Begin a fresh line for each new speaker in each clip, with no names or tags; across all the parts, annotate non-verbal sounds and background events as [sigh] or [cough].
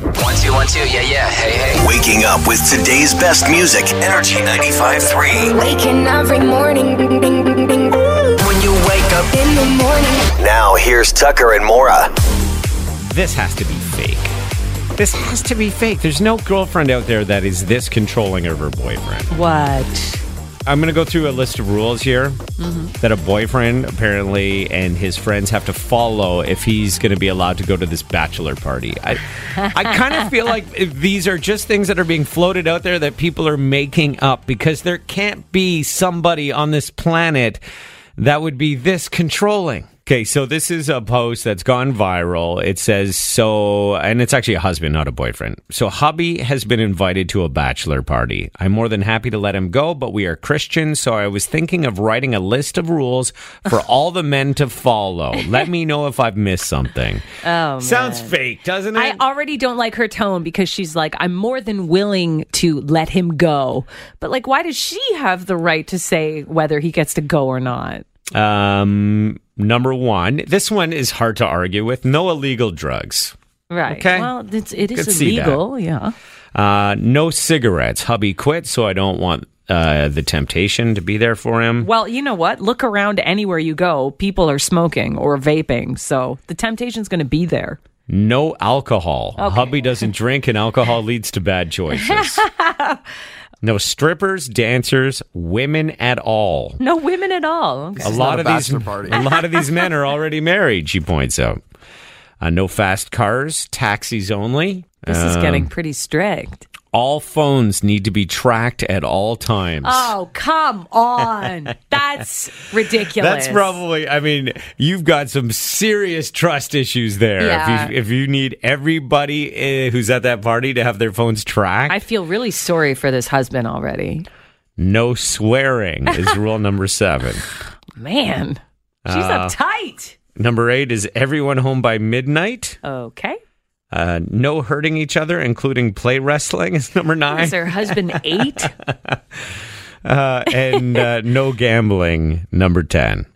one too. Yeah, yeah. Hey, hey.
Waking up with today's best music, Energy 95.3.
Waking every morning. Bing, bing, bing, bing.
When you wake up,
In the morning.
Now, here's Tucker and Mora.
this has to be fake. This has to be fake. There's no girlfriend out there that is this controlling of her boyfriend.
What?
I'm going to go through a list of rules here that a boyfriend apparently and his friends have to follow if he's going to be allowed to go to this bachelor party. I, I kind
[laughs]
of feel like these are just things that are being floated out there that people are making up because there can't be somebody on this planet that would be this controlling. Okay, so this is a post that's gone viral. It says so, and it's actually a husband, not a boyfriend. So, hubby has been invited to a bachelor party. I'm more than happy to let him go, but we are Christians, so I was thinking of writing a list of rules for all the men to follow. Let me know if I've missed something.
Oh,
Sounds fake, doesn't it?
I already don't like her tone because she's like, I'm more than willing to let him go. But like, why does she have the right to say whether he gets to go or not?
Um, number one, this one is hard to argue with. No illegal drugs.
Right.
Okay.
Well, it's, it
Could
is
see that.
illegal. Yeah.
Uh, no cigarettes. Hubby quit, so I don't want uh, the temptation to be there for him.
Well, you know what? Look around anywhere you go. People are smoking or vaping. So the temptation's going to be there.
No alcohol. Hubby doesn't drink, and alcohol leads to bad choices. no strippers, dancers, women at all.
No women at all. Okay.
a lot of these a lot
[laughs]
of these men are already married. She points out. Uh, no fast cars, taxis only. Um,
This is getting pretty strict.
All phones need to be tracked at all times.
Oh, come
[laughs]
on. That's ridiculous.
That's probably. I mean, you've got some serious trust issues there.
Yeah.
If you if you need everybody uh, who's at that party to have their phones tracked,
I feel really sorry for this husband already.
no swearing is rule number
[laughs]
seven.
Man, she's
Uh.
uptight.
Number eight is everyone home by midnight.
Okay.
Uh, no hurting each other, including play wrestling, is number nine,
Is her husband
[laughs]
eight?
uh, and
[laughs]
uh, no gambling, number ten.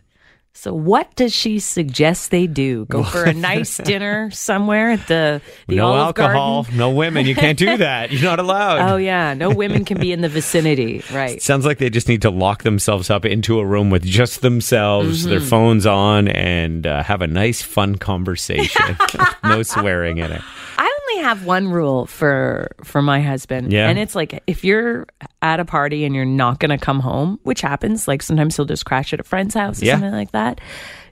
So, what does she suggest they do? Go for a nice dinner somewhere at the, the
no
Olive
alcohol,
Garden?
no women. You can't
[laughs]
do that. You're not allowed.
Oh, yeah. No women can be in the vicinity. Right.
Sounds like they just need to lock themselves up into a room with just themselves, their
Mm-hmm.
phones on, and uh, have a nice, fun
[laughs]
conversation. [laughs] no swearing in it.
I only have one rule for for my husband.
Yeah.
And it's like if you're at a party and you're not going to come home, which happens, like sometimes he'll just crash at a friend's house or
Yeah.
something like that.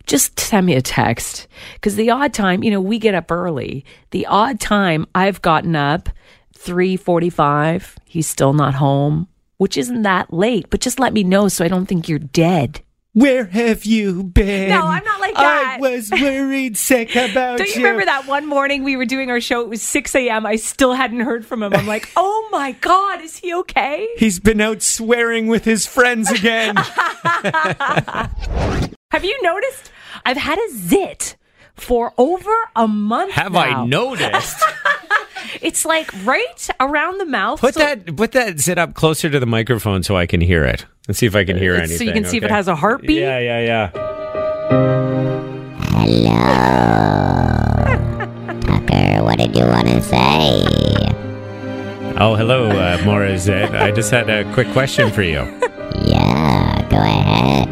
Just send me a text because the odd time, you know, we get up early. The odd time I've gotten up three forty-five. He's still not home, which isn't that late. But just let me know so I don't think you're dead.
Where have you been?
No, I'm not like
I
that.
was worried sick about
[laughs] Don't you remember that one morning we were doing our show? It was 6 a.m. I still hadn't heard from him. I'm like, oh my God, is he okay?
He's been out swearing with his friends
[laughs]
again.
Have you noticed? I've had a zit for over a month.
have
now.
I noticed?
[laughs] It's like right around the mouth.
Put
so-
that put that zit up closer to the microphone so I can hear it. Let's see if I can hear
Uh, It's-
anything.
so you can see if it
okay?
has a heartbeat.
Yeah, yeah, yeah.
Tucker, what did you want to say?
Oh, hello, uh, Maura Zit. I just had a quick question for
[laughs]
you.
Yeah, go ahead.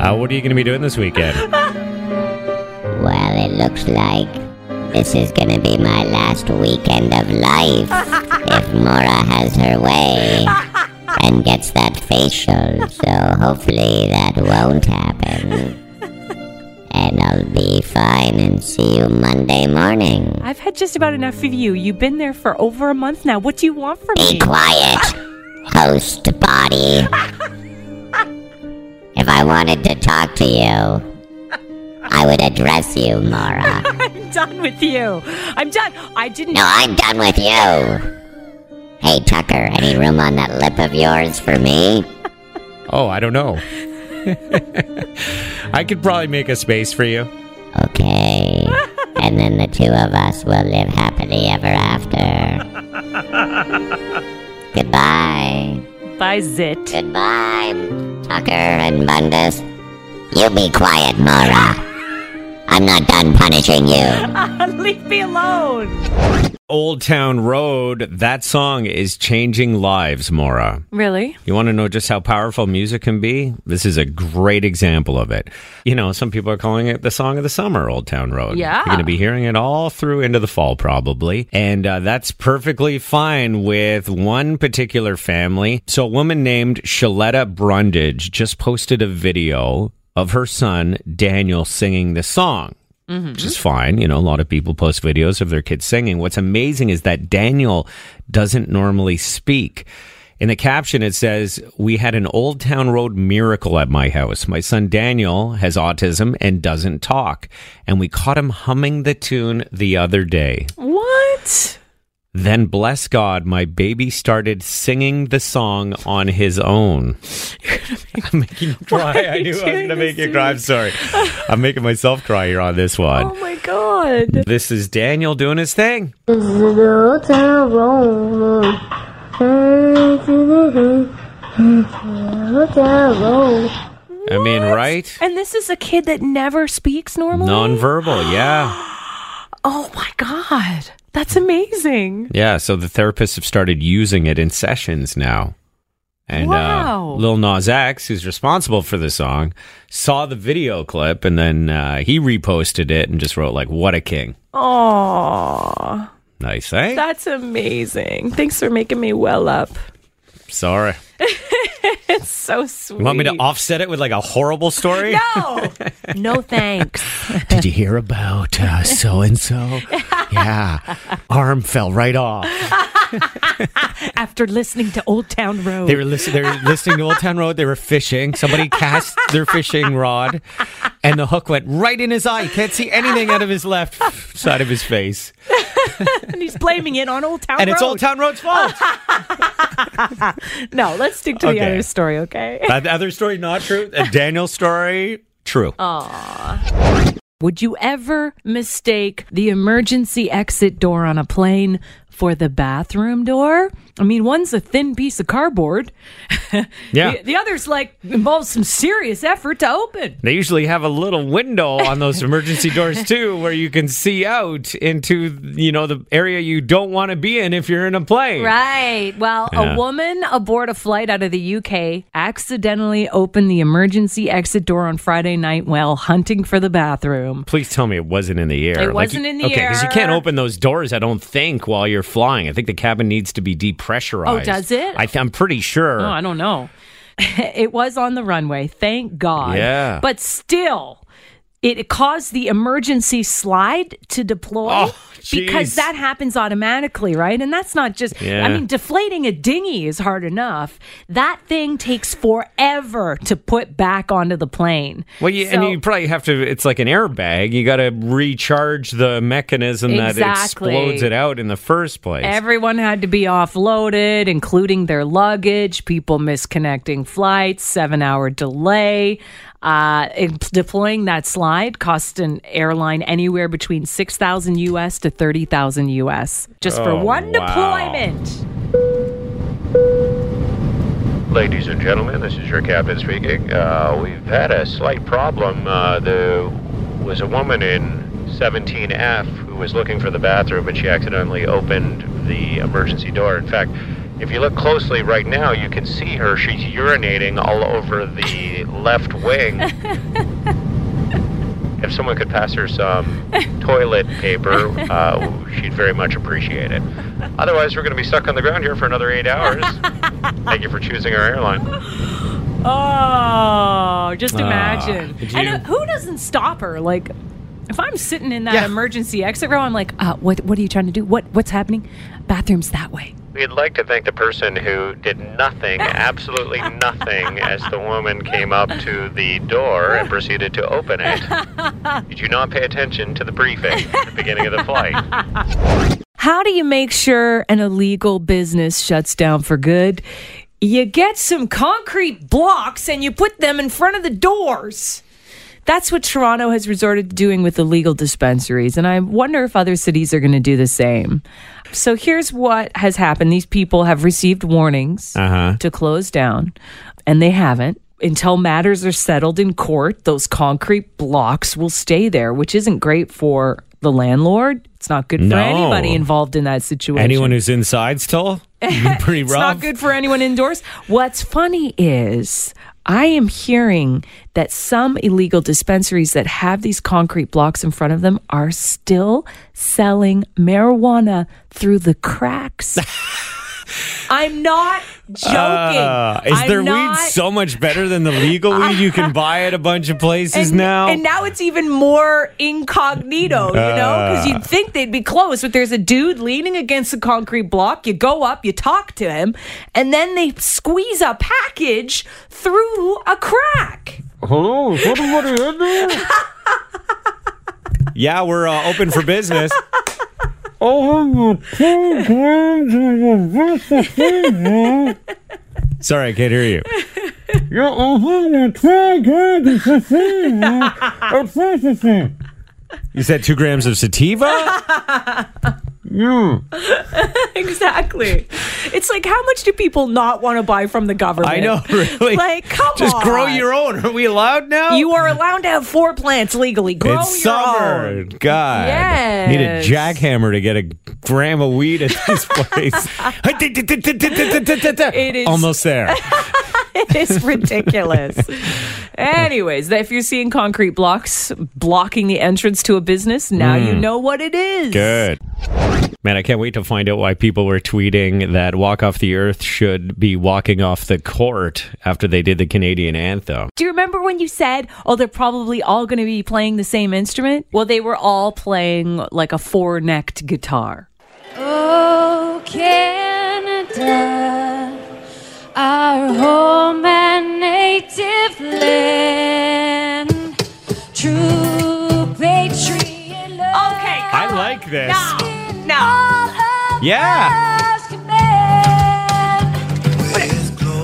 Uh, what are you going to be doing this weekend?
Well, it looks like this is gonna be my last weekend
[laughs]
of life if Mora has her way and gets that facial. So hopefully that won't happen. And I'll be fine and see you Monday morning.
I've had just about enough of you. You've been there for over a month now. What do you want from
Be
me?
quiet, host body. If I wanted to talk to you, I would address you, Mara.
[laughs] I'm done with you. I'm done. I didn't.
No, I'm done with you. Hey, Tucker, any room on that lip of yours for me?
Oh, I don't know. [laughs] I could probably make a space for you.
Okay. And then the two of us will live happily ever after. Goodbye.
By zit.
Goodbye, Tucker and Bundes. You be quiet, Mara. I'm not done punishing
[laughs]
you.
Leave me alone.
Old Town Road, that song is changing lives, Mora.
Really?
You want to know just how powerful music can be? This is a great example of it. You know, some people are calling it the song of the summer, Old Town Road.
Yeah.
You're going to be hearing it all through into the fall, probably. And uh, that's perfectly fine with one particular family. So, a woman named Shaletta Brundage just posted a video of her son, Daniel, singing the song which is fine. You know, a lot of people post videos of their kids singing. What's amazing is that Daniel doesn't normally speak. In the caption, it says, We had an Old Town Road miracle at my house. My son Daniel has autism and doesn't talk. And we caught him humming the tune the other day.
What?
Then, bless God, my baby started singing the song on his own. I'm making you
[laughs] Why
cry.
are
I
you
knew I was
doing
going to make
this
you
to
cry.
me?
I'm
[laughs]
sorry. I'm making myself cry here on this one.
Oh
[laughs]
my god.
This is Daniel doing his thing. I mean, right?
And this is a kid that never speaks normally.
Nonverbal, yeah.
Oh my god. That's amazing.
Yeah, so the therapists have started using it in sessions now. And
Wow.
uh, Lil Nas X, who's responsible for the song, saw the video clip and then uh, he reposted it and just wrote, like, what a king.
Oh,
Nice, eh?
that's amazing. Thanks for making me well up. [laughs]
Sorry.
So sweet.
You want me to offset it with like a horrible story?
[laughs] No.
[laughs]
no thanks. [laughs]
Did you hear about so and [laughs] so? Yeah, arm fell right off.
After listening to Old Town Road.
They were, listen, they were listening to Old Town Road. They were fishing. Somebody cast their fishing rod, and the hook went right in his eye. You can't see anything out of his left side of his face.
[laughs] and he's blaming it on Old Town
And
Road.
it's Old Town Road's fault.
[laughs] No, let's stick to the
Okay. [laughs]
other story, okay?
that other story, not true. Uh, Daniel's story, true.
Would you ever mistake the emergency exit door on a plane for the bathroom door? I mean, one's a thin piece of cardboard.
Yeah.
The, the other's like involves some serious effort to open.
They usually have a little window on those emergency doors too, where you can see out into you know the area you don't want to be in if you're in a plane.
Right. Well,
Yeah.
a woman aboard a flight out of the UK accidentally opened the emergency exit door on Friday night while hunting for the bathroom.
Please tell me it wasn't in the air.
It wasn't in the
okay, because you can't
air.
open those doors, I don't think, while you're flying. I think the cabin needs to be depressurized.
Oh, does it?
I th- I'm pretty sure.
Oh, I don't know. [laughs] it was on the runway, thank God.
Yeah.
But still, it caused the emergency slide to deploy
Oh, jeez.
because that happens automatically, right? And that's not just,
Yeah.
I mean, deflating a dinghy is hard enough. That thing takes forever to put back onto the plane.
well, you,
So-
and you probably have to. It's like an airbag. You got to recharge the mechanism that
Exactly.
explodes it out in the first place.
Everyone had to be offloaded, including their luggage, people misconnecting flights, seven hour delay. Uh, it- deploying that slide cost an airline anywhere between 6,000 US to 30,000 US just for
Oh,
one
wow.
deployment.
Ladies and gentlemen, this is your captain speaking. Uh, we've had a slight problem. Uh, there was a woman in 17F who was looking for the bathroom and she accidentally opened the emergency door. In fact, if you look closely right now, you can see her. She's urinating all over the left wing. [laughs] if someone could pass her some toilet paper, uh, she'd very much appreciate it. Otherwise, we're going to be stuck on the ground here for another eight hours. Thank you for choosing our airline.
Oh, just imagine.
Ah, did
and
you-
uh, who doesn't stop her? Like, if I'm sitting in that
Yeah.
emergency exit row, I'm like, uh, what, what are you trying to do? What, what's happening? Bathroom's that way.
We'd like to thank the person who did nothing, absolutely nothing, as the woman came up to the door and proceeded to open it. Did you not pay attention to the briefing at the beginning of the flight?
How do you make sure an illegal business shuts down for good? You get some concrete blocks and you put them in front of the doors. That's what Toronto has resorted to doing with illegal dispensaries, and I wonder if other cities are going to do the same. So here's what has happened these people have received warnings
Uh huh.
to close down, and they haven't. until matters are settled in court, those concrete blocks will stay there, which isn't great for the landlord. It's not good
No.
for anybody involved in that
[laughs]
situation.
Anyone who's inside still? Pretty
It's
rough.
not good for anyone indoors. What's funny is I am hearing that some illegal dispensaries that have these concrete blocks in front of them are still selling marijuana through
[laughs]
the cracks. I'm not joking.
Uh, is
I'm
their
not-
weed so much better than the legal weed you can buy at a bunch of places
and,
now?
and now it's even more incognito, you
Ah.
know, because you'd think they'd be close, but there's a dude leaning against a concrete block. You go up, you talk to him, and then they squeeze a package through a crack.
yeah, we're uh, open for business. Sorry, I can't hear you. You said two grams of sativa?
[laughs] Exactly. It's like, how much do people not want to buy from the government?
I know, really.
Like, come
Just grow
on.
your own. Are we allowed now?
You are allowed to have four plants [laughs] legally. Grow
it's
your
summer.
own.
God. Need a
Yes.
jackhammer to get a gram of weed at
[laughs]
this place.
It is-
Almost there. [laughs]
it's ridiculous. Anyways, if you're seeing concrete blocks blocking the entrance to a business, now you know what it is.
Mm. Good. Man, I can't wait to find out why people were tweeting that Walk Off the Earth should be walking off the court after they did the Canadian anthem.
Do you remember when you said, oh, they're probably all going to be playing the same instrument? Well, they were all playing like a four necked guitar.
Oh, Canada, our home and native land, true patriot Oh. love.
Okay,
I like this.
No.
Yeah.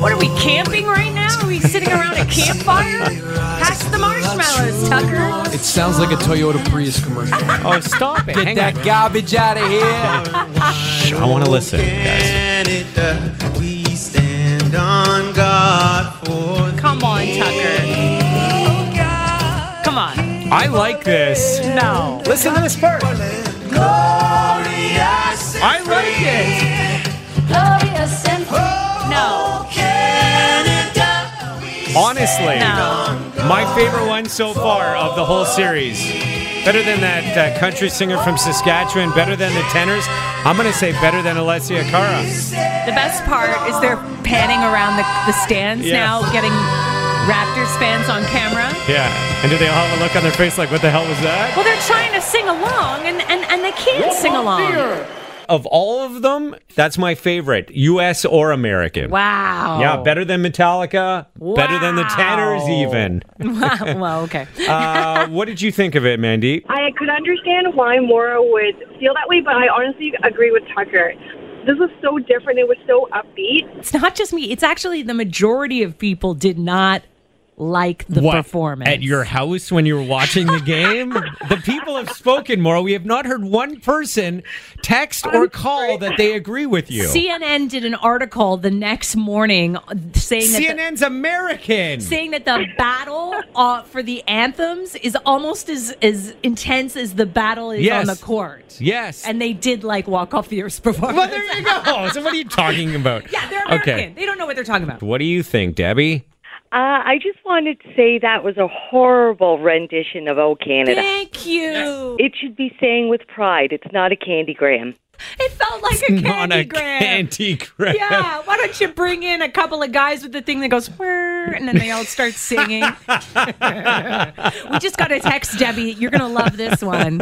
What are we camping right now? Are we sitting around a campfire? Pass the marshmallows, Tucker.
It sounds like a Toyota Prius commercial.
[laughs] Oh, stop it.
Get that garbage out
[laughs]
of here.
I want to listen, guys.
We stand on God for
Come on, Tucker. Come on.
I like this.
No.
Listen to this part. I like it. Oh,
No.
Honestly,
No.
my favorite one so far of the whole series. Better than that uh, country singer from Saskatchewan, better than the tenors. I'm going to say better than Alessia Cara.
The best part is they're panning around the, the stands
Yeah.
now, getting Raptors fans on camera.
Yeah. And do they all have a look on their face like, what the hell was that?
Well, they're trying [laughs] to sing along, and, and, and they can't sing along.
Of all of them, that's my favorite, US or American.
Wow.
Yeah, better than Metallica, better than the tenors,
Wow.
even.
well, okay. [laughs]
Uh, what did you think of it, Mandy?
I could understand why Mora would feel that way, but I honestly agree with Tucker. This was so different. It was so upbeat.
It's not just me. It's actually the majority of people did not like the performance.
At your house when you were watching the
[laughs]
game? the people have spoken, Maura. We have not heard one person text or call that they agree with you.
CNN did an article the next morning saying that the-
CNN's American.
saying that the battle uh, for the anthems is almost as, as intense as the battle is
Yes.
on the court.
yes.
And they did like walk off the earth performance.
well, there you go. So what are you talking about?
yeah, they're American.
Okay.
[laughs] They don't know what they're talking about.
What do you think, Debbie?
Uh, I just wanted to say that was a horrible rendition of O Canada.
Thank you.
It should be saying with pride, it's not a candy gram.
It felt like a
Not
candy
a
gram.
candy gram.
Yeah, why don't you bring in a couple of guys with the thing that goes, "Whirr," and then they all start singing. we just got a text, Debbie. You're going to love this one.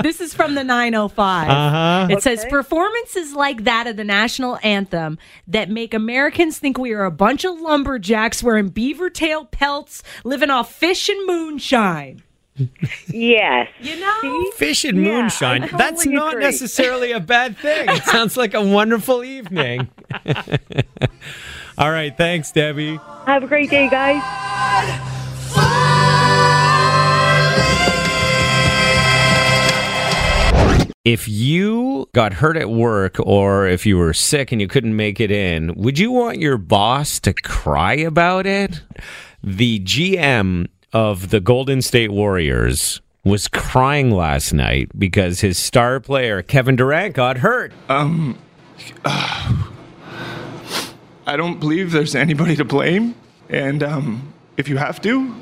This is from the 905. Uh-huh. It says Performances like that of the national anthem that make Americans think we are a bunch of lumberjacks wearing beaver tail pelts, living off fish and moonshine.
Yes.
You know?
Fish and moonshine.
I
That's
totally
not
agree.
necessarily a bad thing. It sounds like a wonderful evening. [laughs] All right. Thanks, Debbie.
Have a great day, guys.
If you got hurt at work or if you were sick and you couldn't make it in, would you want your boss to cry about it? The GM of the Golden State Warriors was crying last night because his star player Kevin Durant got hurt.
Um I don't believe there's anybody to blame. And um, if you have to,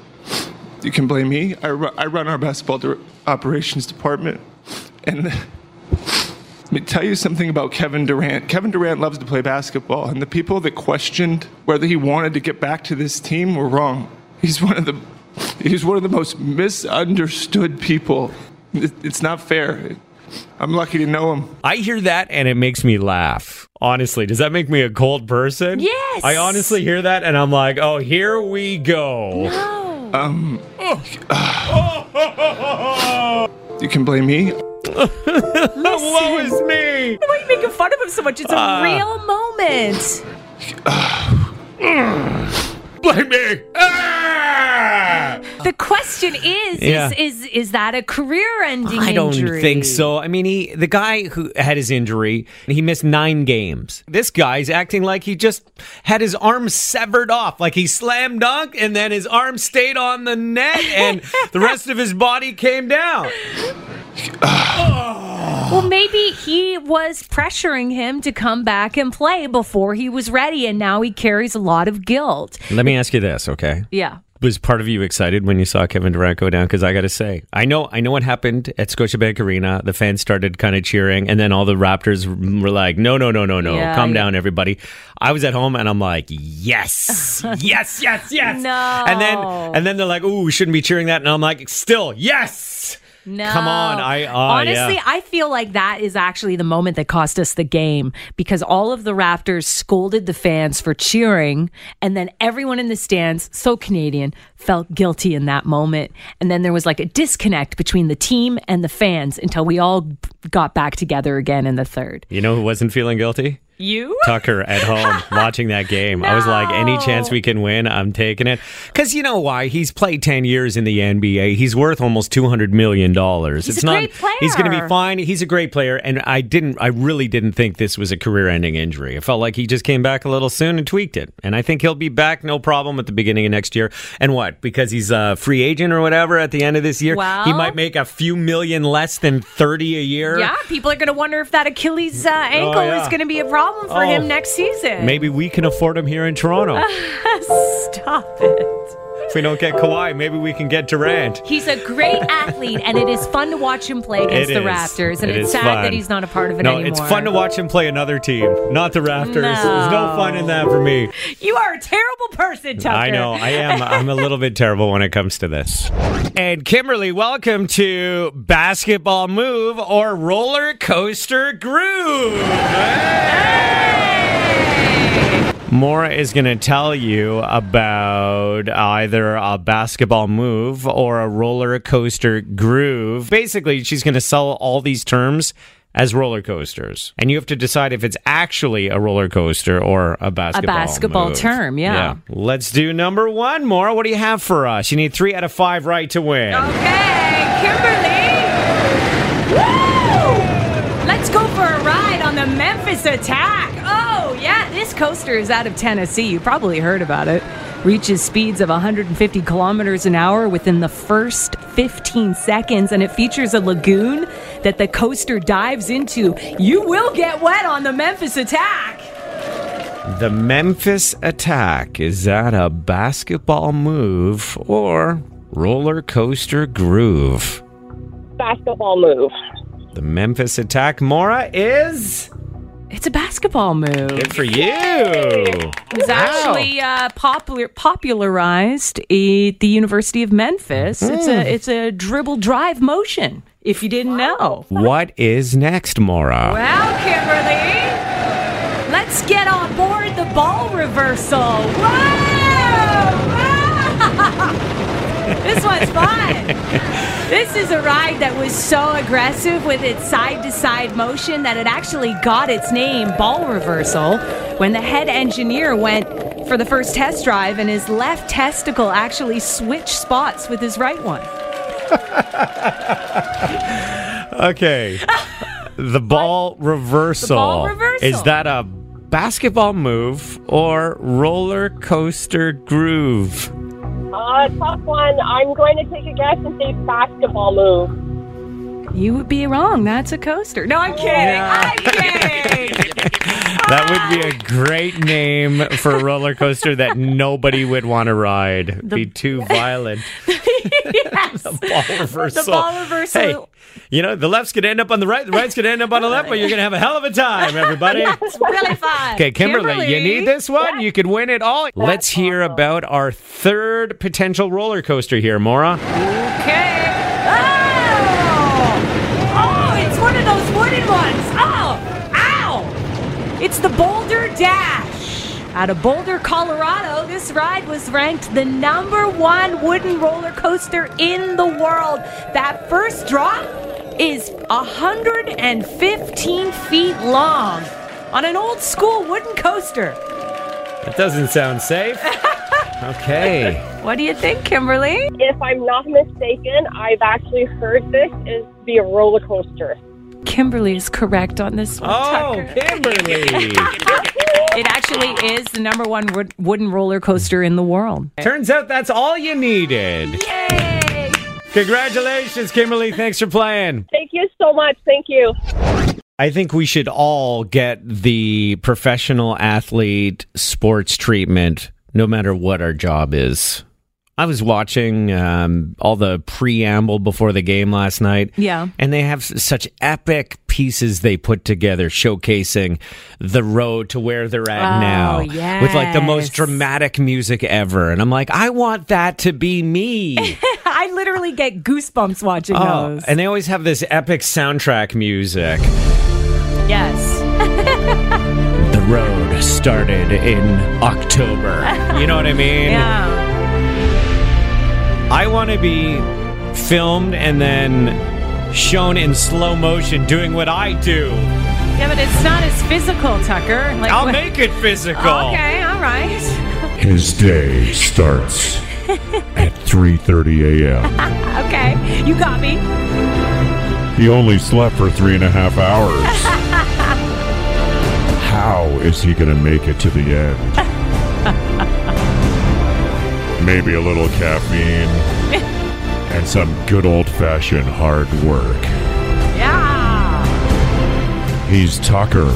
you can blame me. I, ru- I run our basketball dir- operations department. And [laughs] let me tell you something about Kevin Durant. Kevin Durant loves to play basketball, and the people that questioned whether he wanted to get back to this team were wrong. He's one of the he's one of the most misunderstood people. It- It's not fair. I'm lucky to know him.
I hear that and it makes me laugh. Honestly, does that make me a cold person?
Yes.
I honestly hear that and I'm like, oh, here we go.
Um,
Oh.
you can blame me.
Woe
is me.
Why are you making fun of him so much? It's a
Uh,
Ah.
real moment.
Blame me.
The question is,
Yeah.
is, is, is that a career-ending
I don't
injury?
think so. I mean, he the guy who had his injury, he missed nine games. This guy's acting like he just had his arm severed off, like he slam dunked and then his arm stayed on the net and the rest of his body came down.
Well, maybe he was pressuring him to come back and play before he was ready, and now he carries a lot of guilt.
Let me ask you this, okay?
Yeah.
Was part of you excited when you saw Kevin Durant go down? Because I got to say, I know, I know what happened at Scotiabank Arena. The fans started kind of cheering, and then all the Raptors were like, "No, no, no, no, no,
Yeah,
calm
yeah.
down, everybody." I was at home, and I'm like,
[laughs]
"Yes, yes, yes, yes."
No.
And then, and then they're like, "Ooh, we shouldn't be cheering that," and I'm like, "Still, yes."
No.
Come on, I- ah, yeah.
Oh. honestly I feel like that is actually the moment that cost us the game because all of the Raptors scolded the fans for cheering, and then everyone in the stands, so Canadian, felt guilty in that moment, and then there was like a disconnect between the team and the fans until we all got back together again in the third.
You know who wasn't feeling guilty?
You?
Tucker at
[laughs]
home watching that game. I was like, any chance we can win, I'm taking it. Because you know why? He's played 10 years in the NBA. He's worth almost $200 million.
He's
it's
a
not,
great player.
He's going to be fine. He's a great player. And I didn't, I really didn't think this was a career ending injury. It felt like he just came back a little soon and tweaked it. And I think he'll be back no problem at the beginning of next year. And what? Because he's a free agent or whatever at the end of this year? he
Well-
might make a few million less than 30 a year.
Yeah, people are going to wonder if that Achilles uh, ankle
Oh, yeah.
is going to be a problem for
Oh.
him next season.
Maybe we can afford him here in Toronto.
[laughs] Stop it.
If we don't get Kawhi, maybe we can get Durant.
He's a great athlete, and it is fun to watch him play against
It
the
is.
Raptors. And
It
it's
is
sad
fun.
that he's not a part of it
no,
anymore.
it's fun to watch him play another team, not the Raptors. There's no fun in that for me.
You are a terrible person, Tucker.
I know. I
[laughs]
am. I'm a little bit terrible when it comes to this. And Kimberly, welcome to Basketball Move or Roller Coaster Groove. Mora is going to tell you about either a basketball move or a roller coaster groove. Basically, she's going to sell all these terms as roller coasters. And you have to decide if it's actually a roller coaster or a basketball
basketball
move.
term, yeah.
Let's do number 1, Mora. What do you have for us? You need 3 out of 5 right to win.
Let's go for a ride on the Memphis Attack. Oh, yeah, this coaster is out of Tennessee. You probably heard about it. Reaches speeds of 150 kilometers an hour within the first 15 seconds, and it features a lagoon that the coaster dives into. You will get wet on the Memphis Attack.
The Memphis Attack is that a basketball move or roller coaster groove?
Basketball move.
The Memphis Attack, Mora is.
It's a basketball move.
Good for you.
It was actually uh, popular, popularized at the University of Memphis. It's
Mm.
a it's a dribble drive motion. If you didn't know,
What is next, Mora?
well, Kimberly, let's get on board the ball reversal. [laughs] Whoa! this one's fun. This is a ride that was so aggressive with its side to side motion that it actually got its name, Ball Reversal, when the head engineer went for the first test drive and his left testicle actually switched spots with his right one. [laughs]
Okay. The ball reversal.
reversal.
Is that a basketball move or roller coaster groove?
[laughs]
Uh, tough one. I'm going to take a guess and say basketball move.
You would be wrong. That's a coaster. No, I'm kidding. I'm kidding.
That would be a great name for a roller coaster
[laughs]
that nobody would want to ride. be too violent. the ball reversal.
ball reversal.
Hey, you know, the left's going to end up on the right, the right's going to end up on the left, but you're going to have a hell of a time,
[laughs]
[laughs]
everybody.
It's really fun.
Okay, Kimberly, you need this one. You could win it all. Let's hear about our third potential roller coaster here, Mora.
Okay. Oh! Oh, it's one of those wooden ones. Oh! Ow! It's the Boulder Dash. Out of Boulder, Colorado, this ride was ranked the number one wooden roller coaster in the world. That first drop is 115 feet long on an old school wooden coaster.
That doesn't sound safe. Okay.
What do you think, Kimberly?
If I'm not mistaken, I've actually heard this is the roller coaster.
Kimberly is correct on this one.
Oh,
Tucker.
Kimberly.
[laughs] It actually is the number one wood- wooden roller coaster in the world.
Turns out that's all you needed.
Yay!
Congratulations, Kimberly. Thanks for playing.
Thank you so much. Thank you.
I think we should all get the professional athlete sports treatment, no matter what our job is. I was watching um, all the preamble before the game last night.
Yeah.
And they have s- such epic pieces they put together showcasing the road to where they're at
Oh,
now with like the most
yes.
dramatic music ever. And I'm like, I want that to be
[laughs]
me.
[laughs] I literally get goosebumps watching
Oh.
those.
and they always have this epic soundtrack music.
Yes.
The road started in October. You know what I mean?
Yeah. [laughs]
I want to be filmed and then shown in slow motion doing what I do.
Yeah, but it's not as physical, Tucker. Like,
I'll
what-
make it physical.
Okay, all right.
His day starts at 3:30 a.m.
Okay, you got me. [laughs]
He only slept for three and a half hours. How is he going to make it to the end? Maybe a little caffeine and some good old-fashioned hard work.
Yeah.
He's Tucker.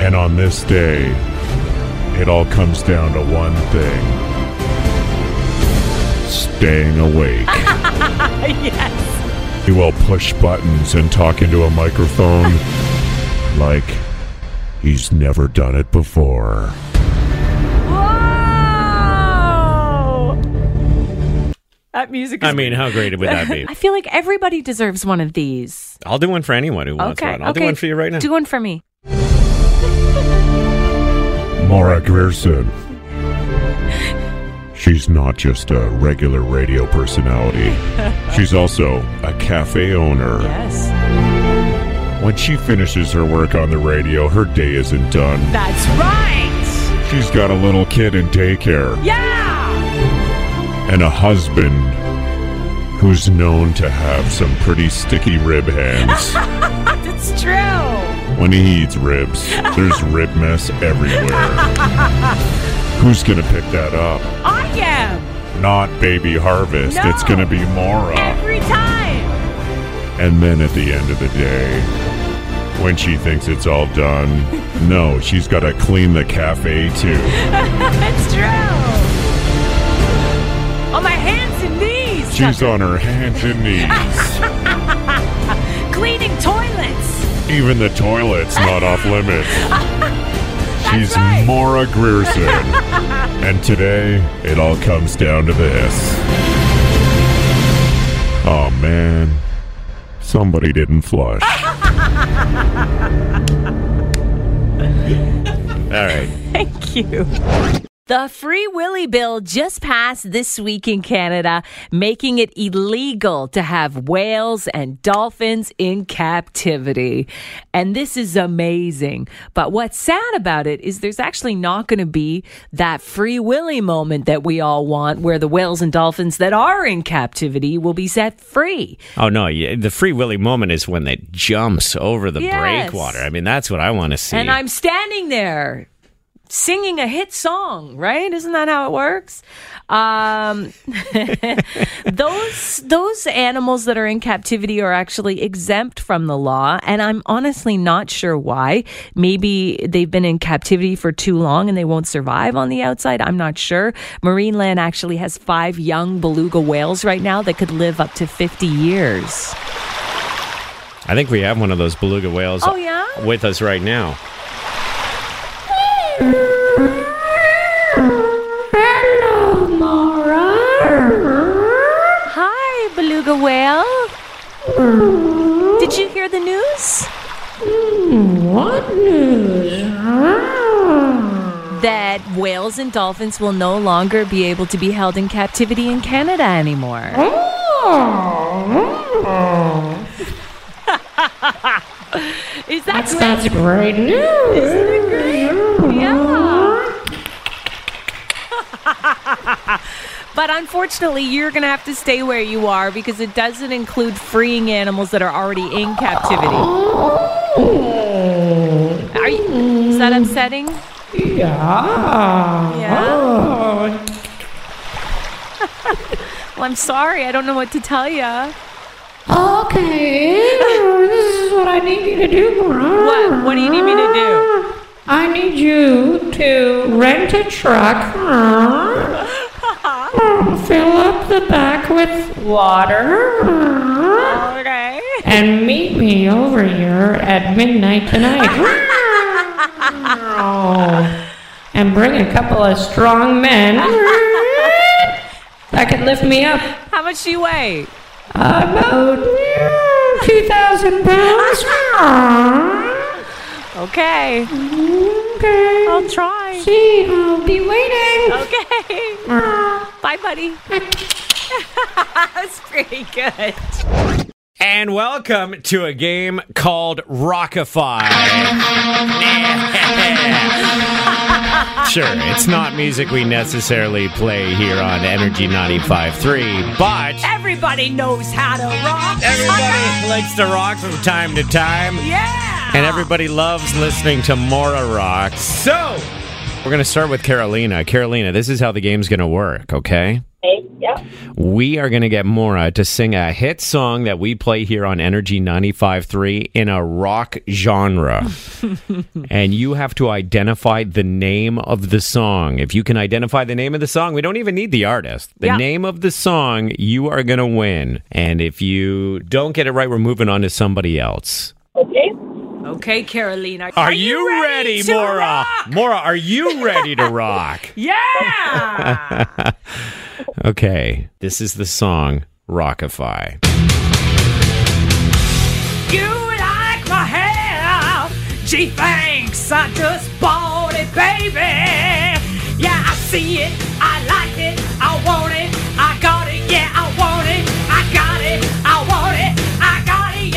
and on this day, it all comes down to one thing staying awake.
[laughs] yes.
He will push buttons and talk into a microphone [laughs] like he's never done it before.
Whoa. Oh! That music is
I mean, how great would that be?
[laughs] I feel like everybody deserves one of these.
I'll do one for anyone who wants
okay.
one. I'll
okay.
do one for you right now.
Do one for me.
Mara Grierson. She's not just a regular radio
[laughs]
personality. She's also a cafe owner.
Yes.
When she finishes her work on the radio, her day isn't
[laughs]
done.
That's right.
She's got a little kid in daycare.
Yeah.
and a husband who's known to have some pretty sticky
[laughs]
rib hands.
That's true.
when he eats ribs, there's rib mess everywhere. Who's going to pick that up?
[laughs] I am
Not Baby Harvest. It's
No.
going to be uh, Mora.
every time. [laughs]
And then at the end of the day, when she thinks it's all done, no, she's got to clean the cafe too.
That's true. On my hands and knees. [laughs]
She's on her hands and knees.
Cleaning toilets. [laughs]
Even the toilet's not off limits. She's
right.
Mora Grierson. and today, it all comes down to this. Oh man, somebody didn't flush.
All right.
Thank you. The Free Willy Bill just passed this week in Canada, making it illegal to have whales and dolphins in captivity. And this is amazing. But what's sad about it is there's actually not going to be that Free Willy moment that we all want, where the whales and dolphins that are in captivity will be set free.
Oh no, yeah, the free willy moment is when it jumps over the
Yes.
breakwater. I mean, that's what I want to see.
And I'm standing there singing a hit song, right? Isn't that how it works? Um, [laughs] those those animals that are in captivity are actually exempt from the law, and I'm honestly not sure why. Maybe they've been in captivity for too long and they won't survive on the outside. I'm not sure. Marineland actually has five young beluga whales right now that could live up to 50 years.
I think we have one of those beluga whales.
Oh, yeah?
with us right now.
Hi, beluga whale. Did you hear the news? Hmm, What news? Ah. That whales and dolphins will no longer be able to be held in captivity in Canada [laughs] anymore. Is that
That's- that's great news.
Isn't it great? Yeah. [laughs] But unfortunately, you're going to have to stay where you are because it doesn't include freeing animals that are already in captivity. Are you, is that upsetting?
Yeah.
Yeah. Oh. [laughs] Well, I'm sorry. I don't know what to tell you.
Okay.
[laughs]
this is what I need you to do, Mariah.
What? What do you need me to do?
I need you to rent a
[laughs]
truck. uh, Fill up the back with water.
Okay.
And meet me over here at midnight
[laughs]
tonight. and bring a couple of strong men that can lift me up.
How much do you weigh?
About 2,000 pounds.
Okay.
Okay.
I'll try.
See, I'll be waiting. Ah.
Okay. Bye,
[laughs]
buddy. That's pretty good.
And welcome to a game called Rockify. [laughs] sure, it's not music we necessarily play here on Energy 95.3, but
Everybody knows how to rock.
Everybody likes to rock from time to time.
Yeah.
And everybody loves listening to Mora Rock. So, we're going to start with Carolina. Carolina, this is how the game's going to work, okay?
Okay, yep.
We are going to get Mora to sing a hit song that we play here on Energy 95.3 in a rock genre.
[laughs]
Hmm. and you have to identify the name of the song. If you can identify the name of the song, we don't even need the artist. The
Yeah.
name of the song, you are going to win. And if you don't get it right, we're moving on to somebody else.
Okay.
Okay, Carolina.
Are, you, ready,
to
Mora?
rock?
Mora, are you ready to rock? [laughs]
Yeah.
okay, this is the song Rockify.
You like my hair? Gee, thanks. I just bought it, baby. Yeah, I see it. I like it. I want it. I got it. Yeah, I want it. I got it. I want it. I got it.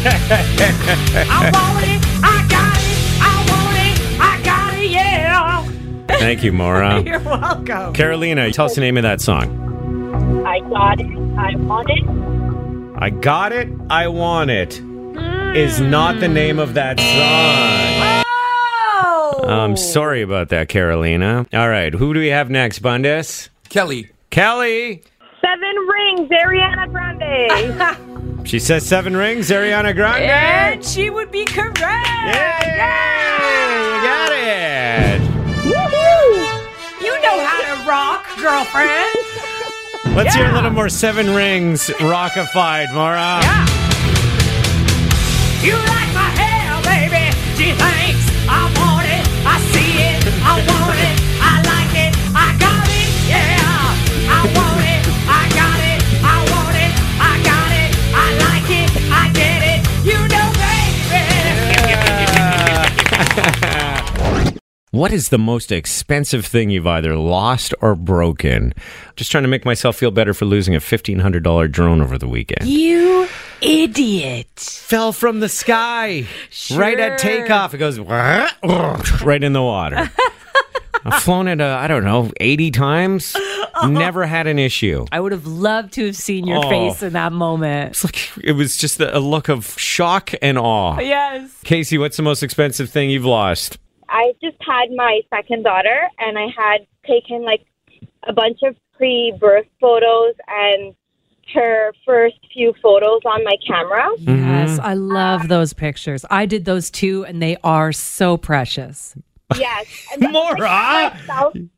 Yeah. Oh. I want it. [laughs] I got it. I want it. I got it. Yeah.
Thank you,
[laughs]
Mora.
[laughs] You're welcome.
Carolina, tell us the name of that song.
I got it. I want it.
I got it, I want it. Is not the name of that song.
Oh.
I'm sorry about that, Carolina. All right, who do we have next, Bundes? Kelly. Kelly.
Seven rings, Ariana Grande.
She says seven rings, Ariana [laughs] Grande.
And she would be correct.
You got it.
You know how to rock, girlfriend.
Let's hear a little more Seven Rings rockified, Mara.
You like my hair, baby. She thinks I want it. I see it. I want it. I like it. I got it. Yeah. I want it. I got it. I want it. I got it. I like it. I get it. You know, baby.
[laughs] What is the most expensive thing you've either lost or broken? Just trying to make myself feel better for losing a $1,500 drone over the weekend.
You idiot. Fell
from the sky. Right at takeoff, it goes [laughs] right in the water. I've flown it, uh, I don't know, 80 times. Never had an issue.
I would have loved to have seen your
Oh.
face in that moment.
It's like it was just a a look of shock and awe.
Oh, Yes.
Casey, what's the most expensive thing you've lost?
I just had my second daughter, and I had taken like a bunch of pre-birth photos and her first few photos on my camera.
Mm-hmm.
Yes, I love those pictures. I did those too, and they are so precious.
Yes,
[laughs] Mora.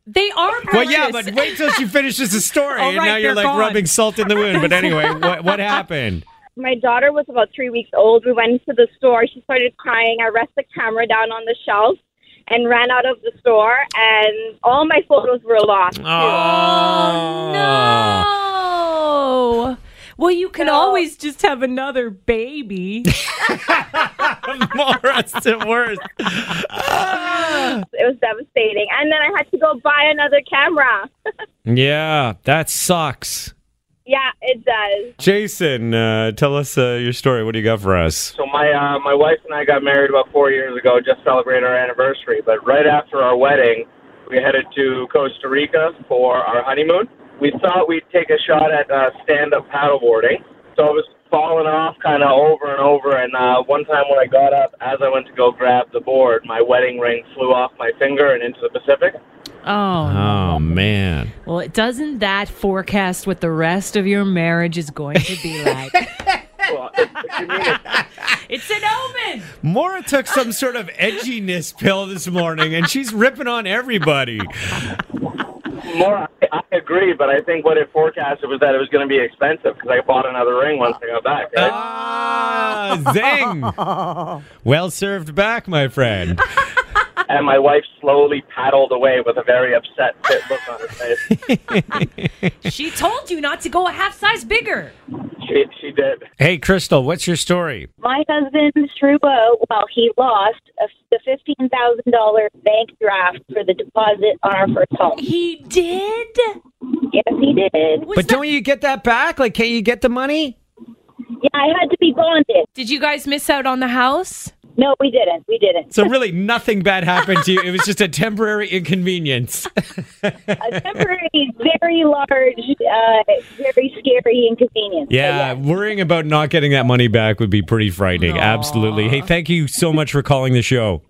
They are. Oh,
Well, yeah, but wait till she finishes the story,
[laughs]
All
Oh,
and
right,
now you're like
they're gone.
rubbing salt in the wound. But anyway, what, what happened?
My daughter was about three weeks old. We went to the store. She started crying. I rested the camera down on the shelf and ran out of the store, and all my photos were lost. too.
Uh. [laughs]
Oh. Well, you can always just have another baby.
Mora's the worst.
Ah!
It was devastating. And then I had to go buy another camera. [laughs]
Yeah, that sucks.
yeah, it does.
Jason, uh, tell us uh, your story. What do you got for us?
So my uh, my wife and I got married about four years ago. Just celebrated our anniversary, but right after our wedding, we headed to Costa Rica for our honeymoon. We thought we'd take a shot at uh, stand-up paddleboarding, so I was falling off kind of over and over. And uh, one time when I got up, as I went to go grab the board, my wedding ring flew off my finger and into the Pacific.
Oh.
Oh man,
Well, doesn't that forecast what the rest of your marriage is going to be like? [laughs] it's an omen.
Mora took some sort of edginess pill this morning, and she's ripping on everybody.
More, I I agree, but I think what it forecasted was that it was going to be expensive because I bought another ring once I got back. Right?
Uh, Ah, zing! Well served back, my friend.
and my wife slowly paddled away with a very upset fit look on her face.
She told you not to go a half size bigger.
She, she did.
Hey, Crystal, what's your story?
My husband threw a, well, he lost a, the $15,000 bank draft for the deposit on our first home.
He did?
Yes, he did.
but don't you get that back? Like, can't you get the money?
Yeah, I had to be
[laughs]
bonded.
Did you guys miss out on the house?
No, we didn't. We didn't.
So really, nothing bad happened to you. It was just a temporary inconvenience.
Very, very large, uh, very scary inconvenience.
Yeah, worrying about not getting that money back would be pretty frightening. Absolutely. Hey, thank you so much for calling the show.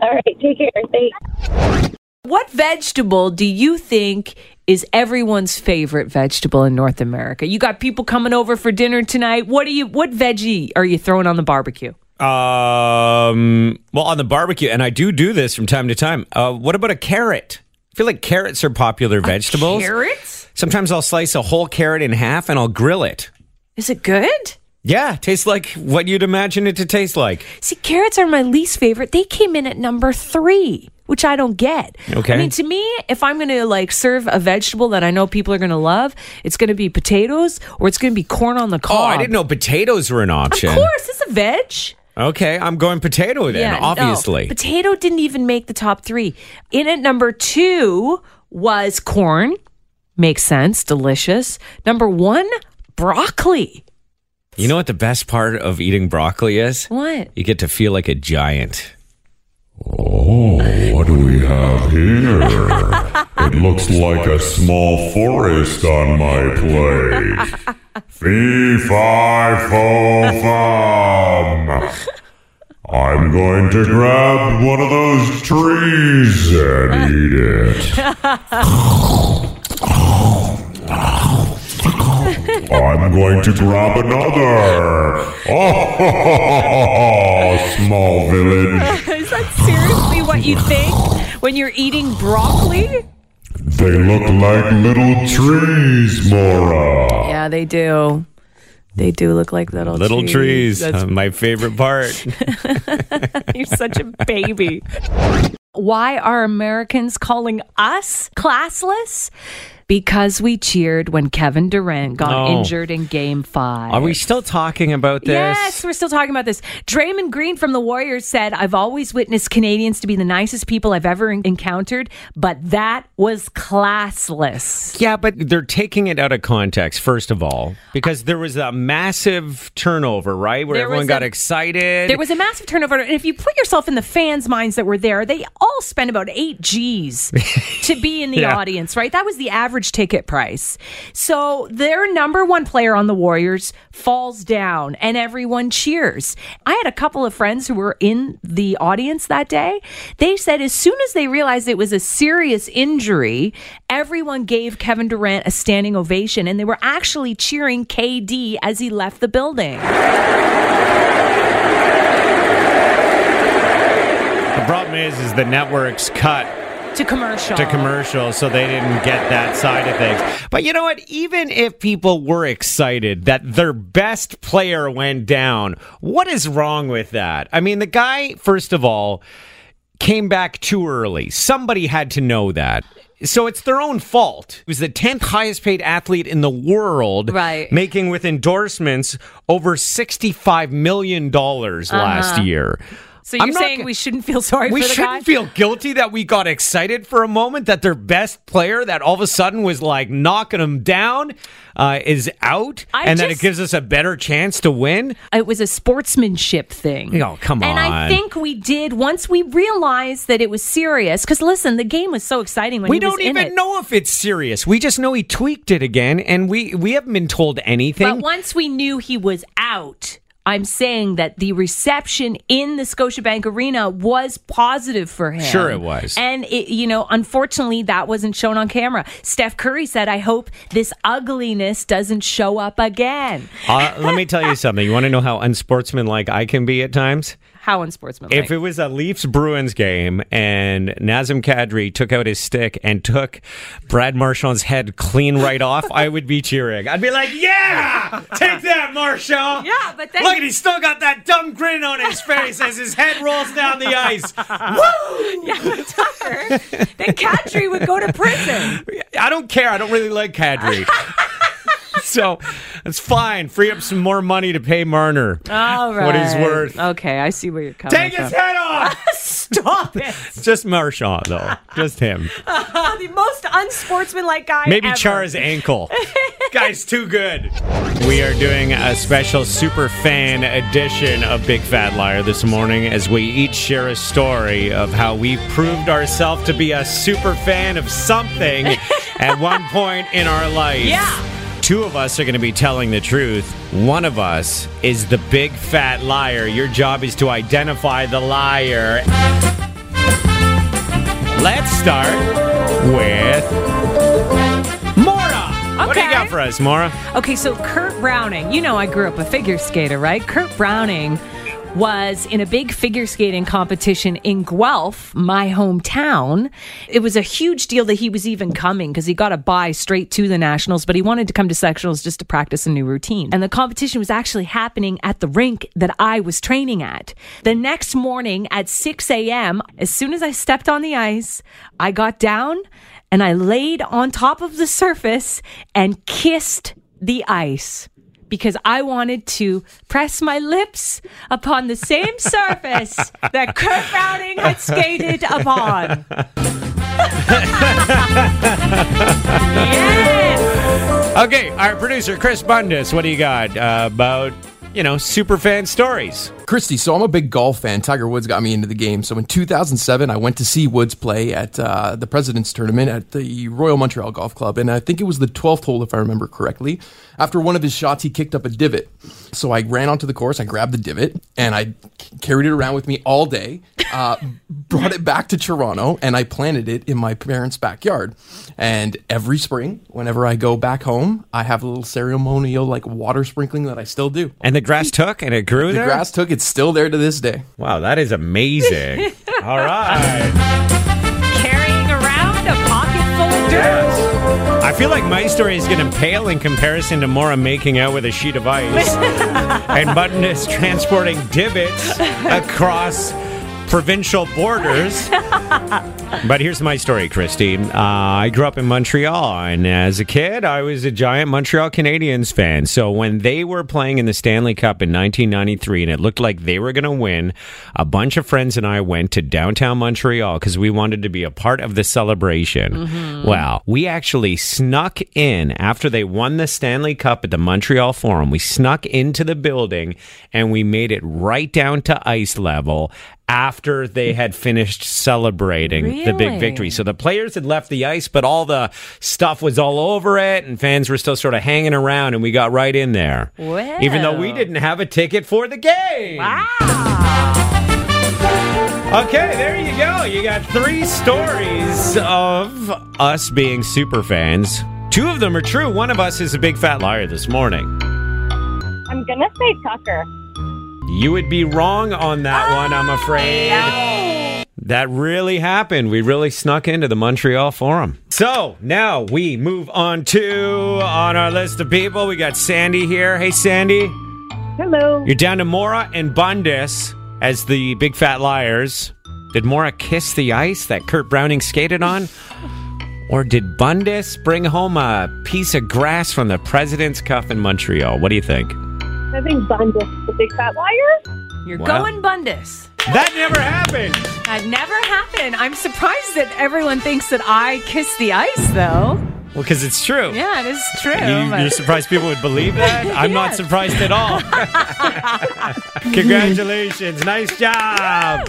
All right, take care. Thanks.
What vegetable do you think is everyone's favorite vegetable in North America? You got people coming over for dinner tonight. What do you what veggie are you throwing on the barbecue?
Um, well, on the barbecue, and I do do this from time to time. Uh, what about a carrot? I feel like carrots are popular vegetables.
Carrots?
Sometimes I'll slice a whole carrot in half and I'll grill it.
Is it good?
Yeah, tastes like what you'd imagine it to taste like.
See, carrots are my least favorite. They came in at number three, which I don't get.
Okay.
I mean, to me, if I'm going to like serve a vegetable that I know people are going to love, it's going to be potatoes or it's going to be corn on the cob.
Oh, I didn't know potatoes were an option.
Of course, it's a veg.
Okay, I'm going potato Oh, then,
no.
obviously.
Potato didn't even make the top three. In at number two was corn. Makes sense. Delicious. Number one, broccoli. [laughs]
You know what the best part of eating broccoli is?
What?
You get to feel like a giant.
Oh, what do we have here? It looks like a small forest on my plate. Fee fi fo fum. I'm going to grab one of those trees and eat it. I'm going to grab another. Oh, [laughs] small village.
Is that seriously what you think when you're eating broccoli?
They look like little trees, Mora.
Yeah, they do. They do look like little
Little trees,
That's-
uh, my favorite
[laughs]
part.
You're such a baby. Why are Americans calling us classless? because we cheered when Kevin Durant got
No.
injured in game five.
Are we still talking about this?
Yes, we're still talking about this. Draymond Green from the Warriors said, I've always witnessed Canadians to be the nicest people I've ever en- encountered, but that was classless.
Yeah, but they're taking it out of context, first of all, because there was a massive turnover, right? Where
There
everyone
was
got
a-
excited.
There was a massive turnover. And if you put yourself in the fans' minds that were there, they all spent about eight G's to be in the
Yeah.
audience, right? That was the average ticket price. So their number one player on the Warriors falls down and everyone cheers. I had a couple of friends who were in the audience that day. They said as soon as they realized it was a serious injury, everyone gave Kevin Durant a standing ovation and they were actually cheering KD as he left the building.
the problem is, is the networks cut
To commercial.
to commercial, so they didn't get that side of things. But you know what? Even if people were excited that their best player went down, what is wrong with that? I mean, the guy, first of all, came back too early. Somebody had to know that. So it's their own fault. He was the 10th highest paid athlete in the world,
Right.
making with endorsements over $65 million last
Uh-huh.
year.
So you're
I'm not
saying
g-
we shouldn't feel sorry
we
for the
shouldn't
guy?
feel guilty that we got excited for a moment that their best player that all of a sudden was like knocking them down uh, is out
I
and that it
just-
gives us a better chance to win
it was a sportsmanship thing
oh come on
and I think we did once we realized that it was serious. Because listen, the game was so exciting when
we
he was
don't
in
even
it.
know if it's serious we just know he tweaked it again and we we haven't been told anything
But once we knew he was out, I'm saying that the reception in the Scotiabank Arena was positive for him.
Sure it was.
And it, you know, unfortunately, that wasn't shown on camera. Steph Curry said, "I hope this ugliness doesn't show up again."
uh, let me tell you something you want to know how unsportsmanlike i can be at times
How unsportsmanlike!
If it was a Leafs Bruins game and Nazem Kadri took out his stick and took Brad Marchand's head clean right off, I would be cheering. I'd be like, "Yeah, take that, Marchand!"
Yeah, but then
look at he's still got that dumb grin on his face as his head rolls down the ice. Woo!
[laughs] Yeah, but Tucker, then Kadri would go to prison.
I don't care. I don't really like
[laughs]
Kadri. So it's fine. Free up some more money to pay Marner.
All right.
What he's worth.
Okay, I see where you're coming
Take
from.
his head off!
[laughs] Stop it! [laughs]
It's just Marchand, though. Just him.
the most unsportsmanlike guy
Maybe
ever.
Char's ankle. Guy's too good. We are doing a special super fan edition of Big Fat Liar this morning as we each share a story of how we proved ourselves to be a super fan of
[laughs]
something at one point in our life.
Yeah.
Two of us are going to be telling the truth. One of us is the big fat liar. Your job is to identify the liar. Let's start with Mora. What do you
Okay.
got for us, Mora?
Okay, so Kurt Browning, you know I grew up a figure skater, right? Kurt Browning was in a big figure skating competition in Guelph, my hometown. It was a huge deal that he was even coming because he got a bye straight to the Nationals, but he wanted to come to sectionals just to practice a new routine. And the competition was actually happening at the rink that I was training at. The next morning at 6 a.m., as soon as I stepped on the ice, I got down and I laid on top of the surface and kissed the ice because I wanted to press my lips upon the same surface that Kurt Browning had skated upon.
Okay, our producer, Chris Bundes, what do you got uh, about, you know, super fan stories?
Christy, so I'm a big golf fan. Tiger Woods got me into the game. So in 2007, I went to see Woods play at uh, the President's Tournament at the Royal Montreal Golf Club, and I think it was the 12th hole, if I remember correctly. After one of his shots, he kicked up a divot. So I ran onto the course, I grabbed the divot, and I c- carried it around with me all day, uh, [laughs] brought it back to Toronto, and I planted it in my parents' backyard. And every spring, whenever I go back home, I have a little ceremonial, like water sprinkling that I still do.
And the grass took and it grew
The
there?
grass took, it's still there to this day.
Wow, that is
[laughs]
amazing. [laughs] All right.
Carrying around a pocket full of dirt.
I feel like my story is going to pale in comparison to Mora making out with a sheet of
[laughs] [laughs]
ice and Bundes transporting divots across provincial
[laughs]
borders. But here's my story, Christy. Uh, I grew up in Montreal, and as a kid, I was a giant Montreal Canadiens fan. So when they were playing in the Stanley Cup in 1993, and it looked like they were going to win, a bunch of friends and I went to downtown Montreal because we wanted to be a part of the celebration. Well, we actually snuck in after they won the Stanley Cup at the Montreal Forum. We snuck into the building and we made it right down to ice level after they had finished celebrating the big
Really?
victory. So the players had left the ice, but all the stuff was all over it, and fans were still sort of hanging around, and we got right in there. Even though we didn't have a ticket for the game. Okay, there you go. You got three stories Uh,
[laughs]
of us being super fans. Two of them are true. One of us is a big fat liar this morning.
I'm gonna say Tucker.
You would be wrong on that one, I'm afraid. That really happened. We really snuck into the Montreal Forum. So now we move on to on our list of people. We got Sandy here. Hey, Sandy.
Hello.
You're down to Mora and Bundes as the big fat liars. Did Mora kiss the ice that Kurt Browning skated
[laughs]
on? Or did Bundes bring home a piece of grass from the president's cuff in Montreal? What do you think?
I think Bundus, the big fat liar.
You're
Wow.
going Bundus.
That never happened.
That never happened. I'm surprised that everyone thinks that I kiss the ice, though.
Well, because it's true.
Yeah, it is true.
Oh. You,
but-
you're surprised people would believe
[laughs]
that? I'm not
Yes.
surprised at all. Congratulations. Nice job.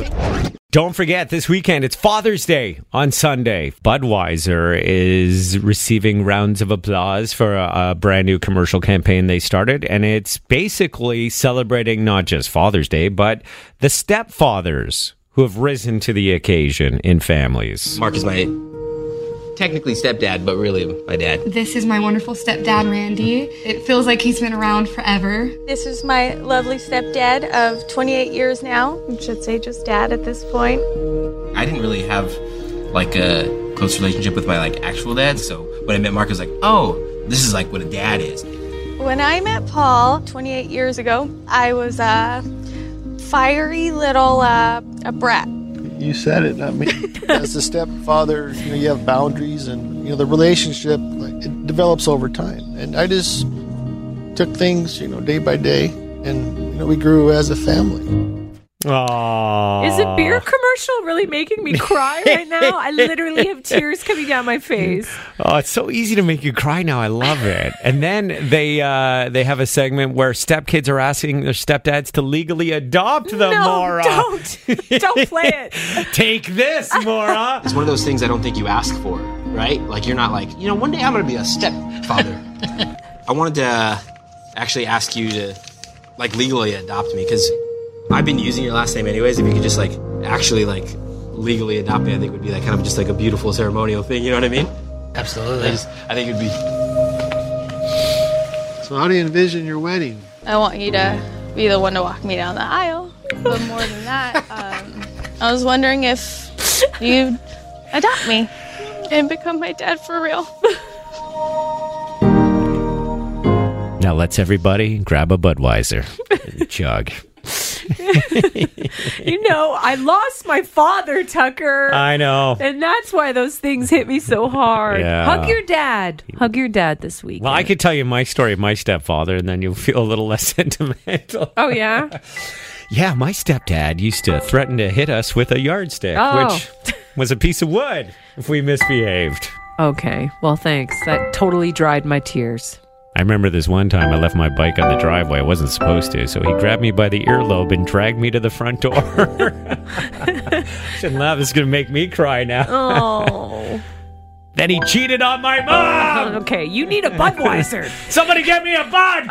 Don't forget, this weekend it's Father's Day on Sunday. Budweiser is receiving rounds of applause for a, a brand new commercial campaign they started, and it's basically celebrating not just Father's Day, but the stepfathers who have risen to the occasion in families.
Mark is my technically stepdad, but really my dad.
This is my wonderful stepdad, Randy. It feels like he's been around forever.
This is my lovely stepdad of 28 years now. I should say just dad at this point.
I didn't really have like a close relationship with my like actual dad, so when I met Mark, I was like, oh, this is like what a dad is.
When I met Paul 28 years ago, I was a fiery little uh, a brat.
You said it, not me. [laughs] As a stepfather, you know, you have boundaries, and you know the relationship like, it develops over time. And I just took things, you know, day by day, and you know we grew as a family.
Aww.
Is a beer commercial really making
[laughs]
me cry right now? I literally have tears coming down my face.
Oh, it's so easy to make you cry now. I love it. And then they uh, they have a segment where stepkids are asking their stepdads to legally adopt them.
No,
Mora, [laughs]
don't. Don't
[laughs]
play it.
Take this, Mora.
It's one of those things I don't think you ask for, right? Like you're not like, you know, one day I'm gonna be a stepfather. I wanted to uh, actually ask you to like legally adopt me because I've been using your last name anyways. If you could just like actually like legally adopt me, I think would be like kind of just like a beautiful ceremonial thing. You know what I mean? Absolutely. I, just, I think it'd be
So, how do you envision your wedding?
I want you to be the one to walk me down the aisle. But more than that, um, I was wondering if you'd adopt me and become my dad for real.
Now let's everybody grab a
[laughs]
Budweiser and a chug.
You know, I lost my father, Tucker.
I know.
And that's why those things hit me so hard.
Yeah.
Hug your dad. Hug your dad this week.
Well, I could tell you my story of my stepfather, and then you'll feel a little [laughs] less sentimental.
Oh, yeah?
Yeah, my stepdad used to threaten to hit us with a yardstick,
Oh.
which was a piece of wood if we misbehaved.
Okay. Well, thanks. That totally dried my tears.
I remember this one time I left my bike on the driveway. I wasn't supposed to, so he grabbed me by the earlobe and dragged me to the front door. [laughs] Shouldn't laugh. It's going to make me cry now.
Oh.
[laughs] then he cheated on my mom.
[laughs] Okay, you need a Budweiser.
Somebody get me a bud,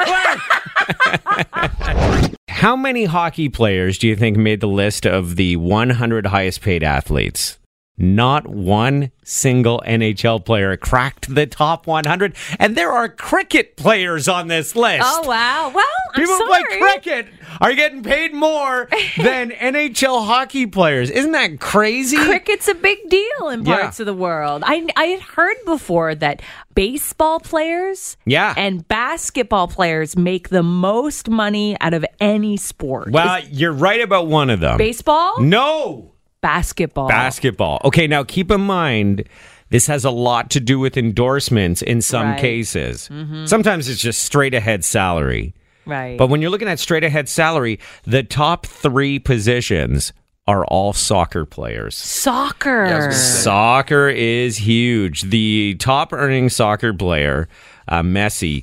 How many hockey players do you think made the list of the 100 highest paid athletes? Not one single NHL player cracked the top 100, and there are cricket players on this list.
Oh wow! Well, I'm
People who
sorry.
play cricket are getting paid
[laughs]
more than NHL hockey players. Isn't that crazy?
Cricket's a big deal in
Yeah.
parts of the world. I I had heard before that baseball players,
Yeah.
and basketball players make the most money out of any sport.
Well,
Is
you're right about one of them.
baseball,
No.
basketball.
Basketball. Okay, now keep in mind this has a lot to do with endorsements in some
Right.
cases.
Mhm.
Sometimes it's just straight ahead salary.
right.
But when you're looking at straight ahead salary, the top three positions are all soccer players.
soccer.
Soccer is huge. The top earning soccer player, uh, Messi,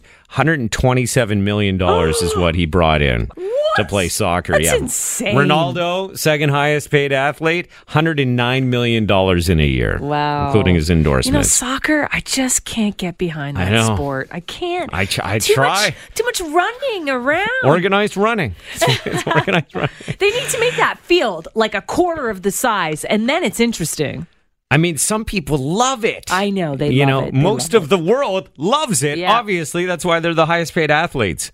$127 million
[gasps]
is what he brought in to play soccer.
That's
yeah.
insane.
Ronaldo, second highest paid athlete, $109 million in a year.
Wow.
Including his endorsements.
You know, soccer, I just can't get behind
I
that
know.
sport. I can't.
I tr- I
too
try.
Much, too much running around.
Organized running. It's organized running.
They need to make that field like a quarter of the size, and then it's interesting.
I mean, some people love it.
I know they.
you
love
know,
it. They
most
love
of the world loves it.
Yeah.
Obviously, that's why they're the highest paid athletes.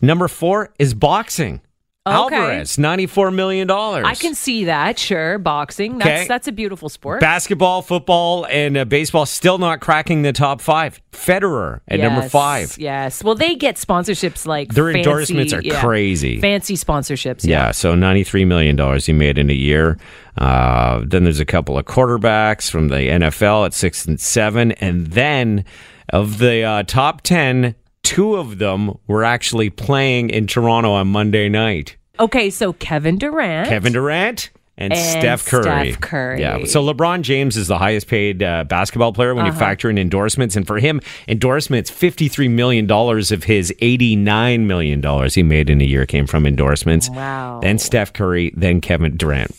Number four is boxing.
Okay.
Alvarez, ninety-four million
it.
dollars.
I can see that. Sure, boxing. That's
Okay.
that's a beautiful sport.
Basketball, football, and uh, baseball still not cracking the top five. Federer at number
Yes,
five.
Yes. Well, they get sponsorships like
Their
fancy-
endorsements are
yeah,
crazy.
Fancy sponsorships.
Yeah, so ninety-three million dollars he made in a year. Uh, then there's a couple of quarterbacks from the NFL at six and seven, and then of the uh, top ten, two of them were actually playing in Toronto on Monday night.
Okay, so Kevin Durant.
Kevin Durant. And,
And
Steph Curry.
Steph Curry.
Yeah. So LeBron James is the highest paid uh, basketball player when you
Uh-huh.
factor in endorsements. And for him, endorsements, $53 million of his $89 million he made in a year came from endorsements.
Wow.
Then Steph Curry, then Kevin Durant.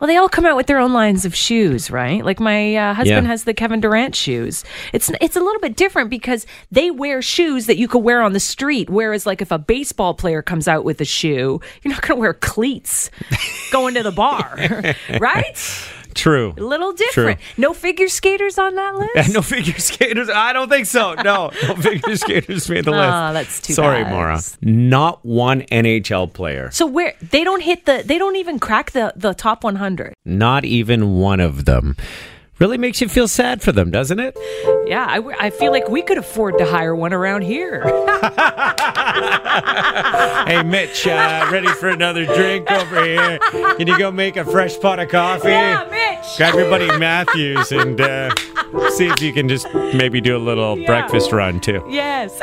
Well, they all come out with their own lines of shoes, right? Like my uh, husband has the Kevin Durant shoes. It's it's a little bit different because they wear shoes that you could wear on the street. Whereas, like if a baseball player comes out with a shoe, you're not going to
[laughs]
wear cleats going to the bar, [laughs] right? [laughs]
True.
A
[laughs]
little different. No figure skaters on that list.
no figure skaters. I don't think so. No,
[laughs]
no figure skaters made the list.
Ah, that's too
Sorry,
bad.
Mara. Not one NHL player.
So where they don't hit the they don't even crack the the top 100.
Not even one of them. Really makes you feel sad for them, doesn't it?
Yeah, I, I feel like we could afford to hire one around here.
[laughs] Hey, Mitch, uh, ready for another drink over here? Can you go make a fresh pot of coffee?
Yeah, Mitch.
Grab your buddy Matthews and uh, see if you can just maybe do a little breakfast run too.
Yes.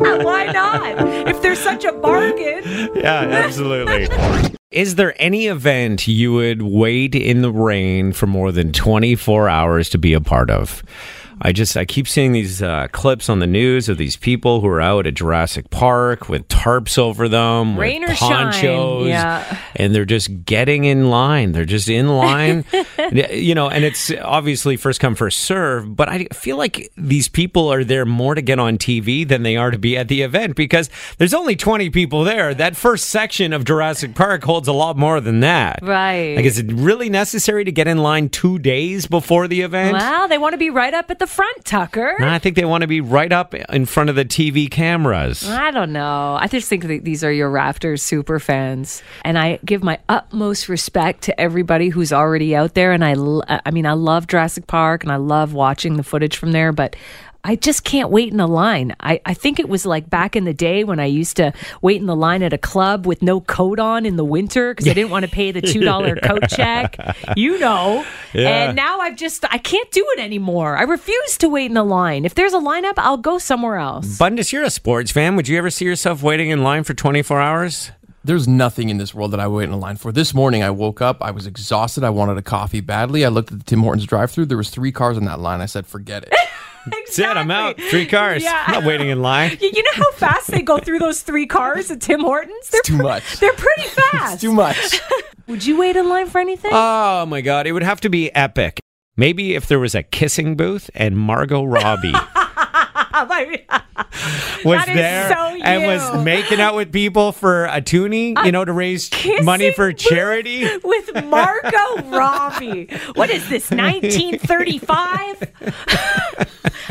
[laughs] Why not? If there's such a bargain.
[laughs] Yeah,
[laughs]
absolutely. Is there any event you would wait in the rain for more than 24 hours to be a part of? I just I keep seeing these uh, clips on the news of these people who are out at Jurassic Park with tarps over them,
Rain
with
or shine,
ponchos,
yeah.
and they're just getting in line. They're just in
[laughs]
line, you know. And it's obviously first come first serve, but I feel like these people are there more to get on TV than they are to be at the event because there's only 20 people there. That first section of Jurassic Park holds a lot more than that.
Right.
Like, is it really necessary to get in line two days before the event?
Well, they want to be right up at the front, Tucker.
No, I think they want to be right up in front of the TV cameras.
I don't know. I just think that these are your Raptors super fans, and I give my utmost respect to everybody who's already out there. And I, l- I mean, I love Jurassic Park, and I love watching the footage from there, but. I just can't wait in the line. I, I think it was like back in the day when I used to wait in the line at a club with no coat on in the winter because I didn't want to pay the $2 coat check. You know.
Yeah.
And now I've just, I can't do it anymore. I refuse to wait in the line. If there's a lineup, I'll go somewhere else.
Bundus, you're a sports fan. Would you ever see yourself waiting in line for 24 hours?
There's nothing in this world that I would wait in line for. This morning, I woke up. I was exhausted. I wanted a coffee badly. I looked at the Tim Hortons drive-through. There was three cars in that line. I said,
[laughs]
"Forget it."
Said I'm out. Three cars.
Yeah.
I'm not waiting in line.
You, you know how fast they go through those three cars at Tim Hortons? They're,
[laughs] Too much.
they're pretty fast.
Too much.
[laughs] Would you wait in line for anything?
Oh my god, it would
[laughs]
have to be epic. Maybe if there was a kissing booth and Margot Robbie
Like,
was
That is
there
so
and
you.
was making out with people for a tuning, you know, to raise money for charity.
[laughs] with Marco Robbie. What
[laughs]
is this, 1935? [laughs]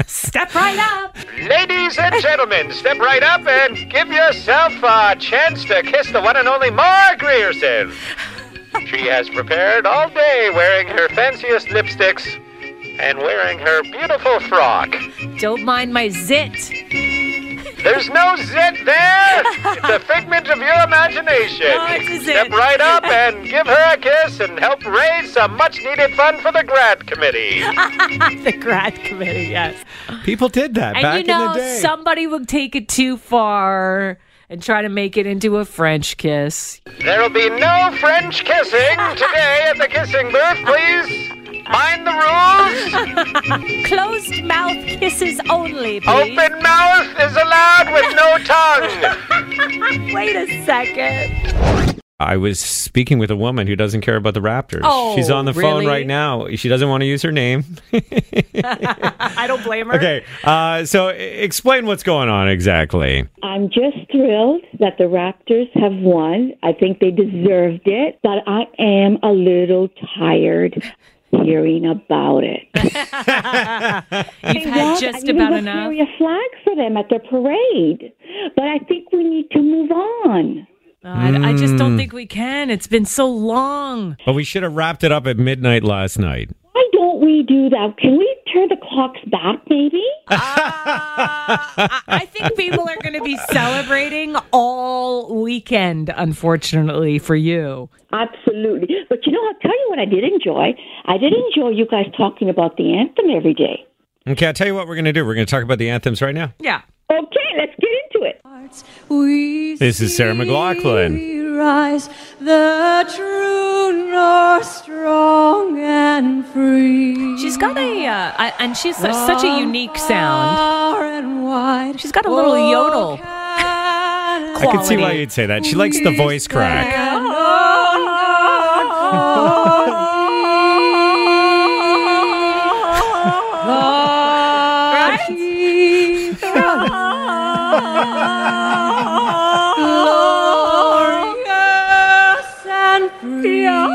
Step right up.
Ladies and gentlemen, step right up and give yourself a chance to kiss the one and only Marg Grierson. She has prepared all day wearing her fanciest lipsticks and wearing her beautiful frock.
Don't mind my zit.
There's no zit there! It's a figment of your imagination.
No, Oh, it's a zit.
Step right up and give her a kiss and help raise some much needed fund for the grad
[laughs]
committee.
[laughs] the grad committee, yes.
People did that
and
back
you know,
in the day.
somebody would take it too far and try to make it into a French kiss.
There'll be no French kissing today at the kissing booth, please. Mind the
[laughs]
rules.
Closed mouth kisses only, please.
Open mouth is allowed with
[laughs]
no tongue.
Wait a second.
I was speaking with a woman who doesn't care about the Raptors.
Oh,
She's on the phone
really?
right now. She doesn't want to use her name.
[laughs] I don't blame her.
Okay, uh, so e- explain what's going on exactly.
I'm just thrilled that the Raptors have won. I think they deserved it, but I am a little tired hearing about it.
You've had just about enough.
a flag for them at their parade, but I think we need to move on.
I, I just don't
Mm.
think we can. It's been so long.
But we should have wrapped it up at midnight last night.
Why don't we do that? Can we turn the clocks back, maybe?
Uh, I think people are going to be celebrating all weekend, unfortunately, for you.
Absolutely. But you know, I'll tell you what I did enjoy. I did enjoy you guys talking about the anthem every day.
Okay, I'll tell you what we're going to do. We're going to talk about the anthems right now.
Yeah.
Okay, let's get into it.
We
This is Sarah McLaughlin.
rise the true north strong and free.
She's got a, uh, I, and she's su- such a unique sound. She's got a little yodel.
I can see why you'd say that. She likes the voice crack.
Glorious and free.
Not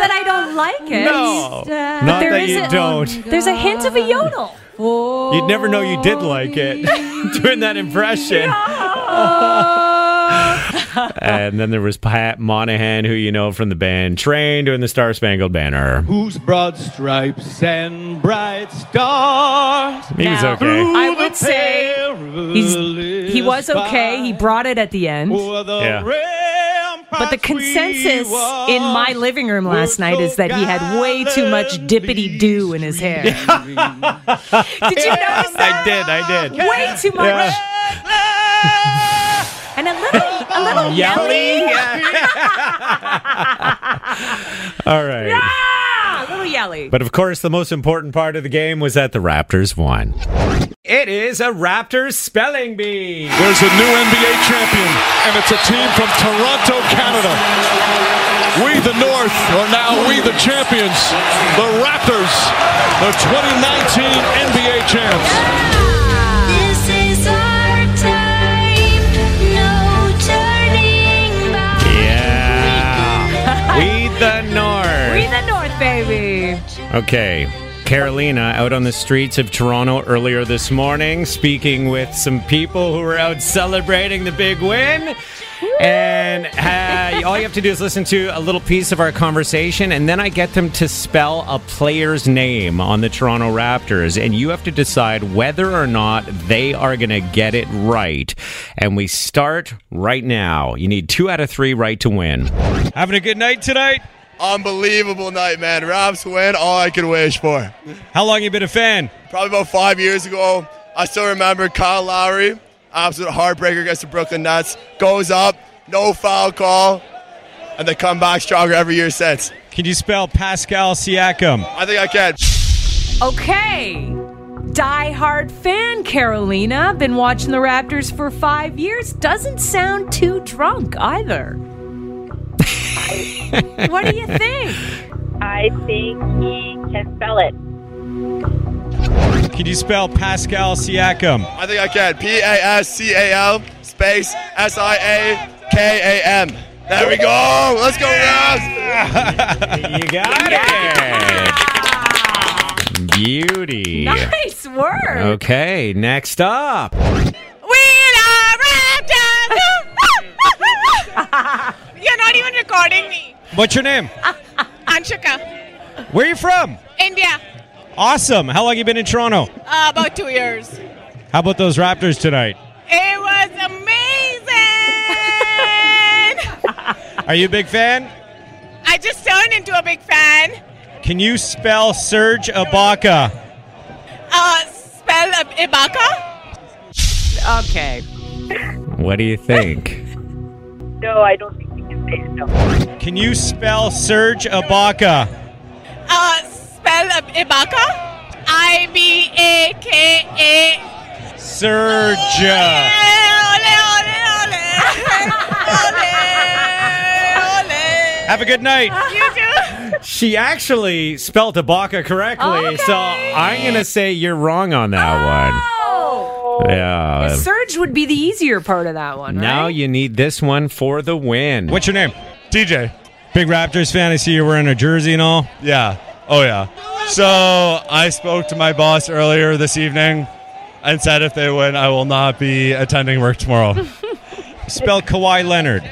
that I don't like it.
No,
But
not
there
that
is
you
a-
don't.
There's a hint of a yodel.
You'd never know you did like it [laughs]
[laughs]
doing that impression. and then there was Pat Monahan, who you know from the band Train, doing the Star Spangled Banner.
whose broad stripes and bright stars.
He was Now, okay.
I would say he's, he was okay. He brought it at the end.
[laughs] Yeah.
But the consensus in my living room last night is that he had way too much dippity doo in his hair. Did you notice
I did, I did.
way too much? And a little, a little
Yelly?
yelly.
[laughs] All right.
Ah, a little yelly.
But of course, the most important part of the game was that the Raptors won. It is a Raptors spelling bee.
There's a new NBA champion, and it's a team from Toronto, Canada. We the North are now we the champions, the Raptors, the 2019 NBA champs.
This is our time. No turning back.
Yeah. [laughs] We the North.
We the North,
[laughs]
baby.
Okay. Carolina out on the streets of Toronto earlier this morning, speaking with some people who were out celebrating the big win. And uh, all you have to do is listen to a little piece of our conversation, and then I get them to spell a player's name on the Toronto Raptors. And you have to decide whether or not they are going to get it right. And we start right now. You need two out of three right to win.
Having a good night tonight? Unbelievable night, man. Raps win all I could wish for. How long you been a fan? Probably about five years ago. I still remember Kyle Lowry, absolute heartbreaker against the Brooklyn Nets. Goes up, no foul call, and they come back stronger every year since. Can you spell Pascal Siakam? I think I can.
[laughs] Okay. Die hard fan Carolina. Been watching the Raptors for five years. Doesn't sound too drunk either. what do you think?
I think he E can spell it.
Could you spell Pascal Siakam?
I think I can. P A S C A L space S I A K A M. There we go. Let's go, Rabs.
[laughs] you got Beauty.
Nice work.
Okay, next up.
[laughs]
You're not even recording me.
What's your name?
Anshika,
Where are you from?
India,
Awesome. How long you been in Toronto?
uh, about two years.
How about those Raptors tonight?
It was amazing.
Are you a big fan?
I just turned into a big fan.
Can you spell Serge Ibaka?
Uh, spell uh, Ibaka.
Okay.
What do you think?
No, I don't think he can say it. No.
Can you spell Serge Ibaka?
Uh, spell uh, Ibaka. I B A K A.
Serge. Have a good night.
You too.
She actually spelled Ibaka correctly, so I'm going to say you're wrong on that one. Yeah.
Surge would be the easier part of that one.
Now you need this one for the win.
What's your name?
DJ.
Big Raptors fan. I see you're wearing a jersey and all.
Yeah. Oh, yeah. So I spoke to my boss earlier this evening and said if they win, I will not be attending work tomorrow. [laughs]
Spell Kawhi Leonard.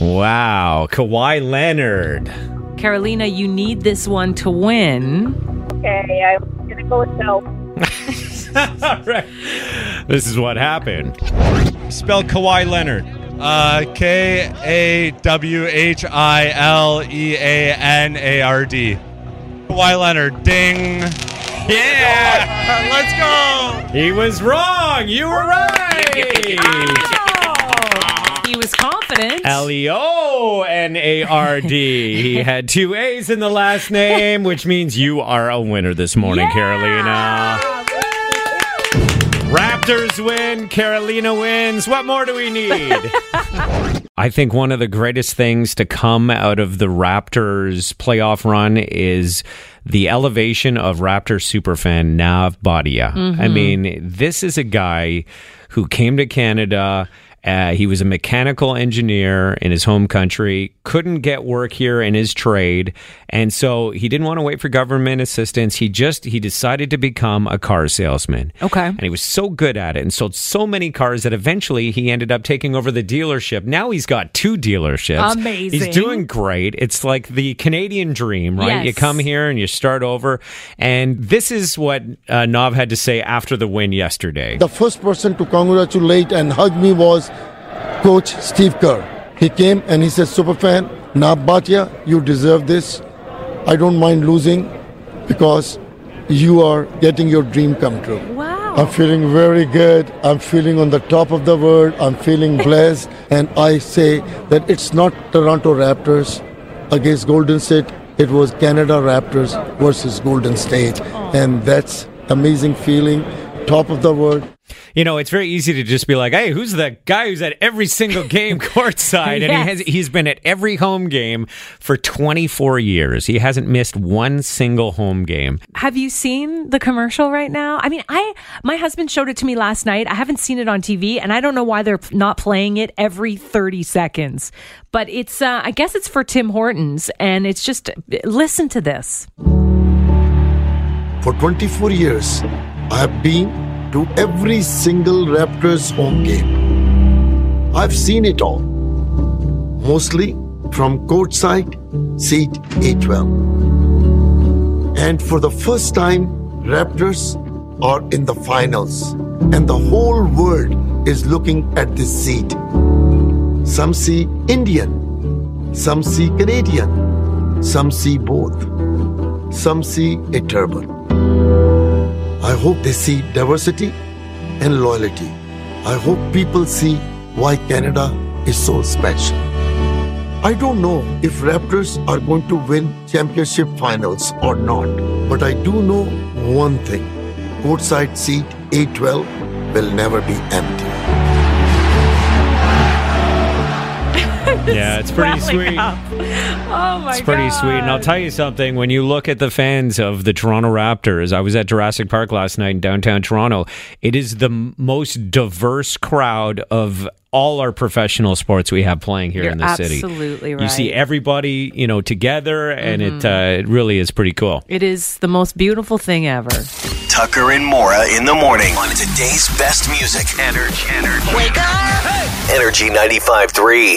Wow. Kawhi Leonard.
Carolina, you need this one to win.
[laughs] Okay, I'm gonna go with no.
[laughs] All right. This is what happened.
Spell Kawhi Leonard.
Uh, K A W H I L E A N A R D. Kawhi Leonard. Ding.
Yeah. Let's go. He was wrong. You were right.
He was confident.
L E O N A R D.
[laughs]
He had two A's in the last name, which means you are a winner this morning, Carolina. Raptors win, Carolina wins. What more do we
[laughs]
need? I think one of the greatest things to come out of the Raptors playoff run is the elevation of Raptors superfan Nav Badia.
Mhm.
I mean, this is a guy who came to Canada. Uh, he was a mechanical engineer in his home country, couldn't get work here in his trade, and so he didn't want to wait for government assistance. He just he decided to become a car salesman.
Okay.
And he was so good at it and sold so many cars that eventually he ended up taking over the dealership. Now he's got two dealerships.
Amazing.
He's doing great. It's like the Canadian dream, right? You
Yes.
come here and you start over. And this is what uh, Nav had to say after the win yesterday.
The first person to congratulate and hug me was Coach Steve Kerr. He came and he said, Superfan, Nab Bhatia, you deserve this. I don't mind losing because you are getting your dream come true. Wow. I'm feeling very good. I'm feeling on the top of the world. I'm feeling blessed. and I say that it's not Toronto Raptors against Golden State. It was Canada Raptors versus Golden State. And that's amazing feeling. Top of the world.
You know, it's very easy to just be like, "Hey, who's the guy who's at every single
[laughs]
game courtside?" And he
Yes.
has he's been at every home game for 24 years. He hasn't missed one single home game.
Have you seen the commercial right now? I mean, I my husband showed it to me last night. I haven't seen it on TV, and I don't know why they're not playing it every thirty seconds. But it's uh, I guess it's for Tim Hortons, and it's just listen to this.
For 24 years, I have been to every single Raptors home game. I've seen it all, mostly from courtside, seat A12. And for the first time, Raptors are in the finals, and the whole world is looking at this seat. Some see Indian, some see Canadian, some see both, some see a turban. I hope they see diversity and loyalty. I hope people see why Canada is so special. I don't know if Raptors are going to win championship finals or not, but I do know one thing. Courtside seat A12 will never be empty.
[laughs] Yeah, it's pretty
swelling
sweet.
up. Oh my
It's pretty sweet. And I'll tell you something. When you look at the fans of the Toronto Raptors, I was at Jurassic Park last night in downtown Toronto. It is the m- most diverse crowd of all our professional sports we have playing here
You're
in the city.
absolutely
You see
right.
everybody, you know, together, and it
Mhm.
uh, it really is pretty cool.
It is the most beautiful thing ever.
Tucker and Mora in the morning on today's best music. Energy. Energy. Wake up. Energy 95.3.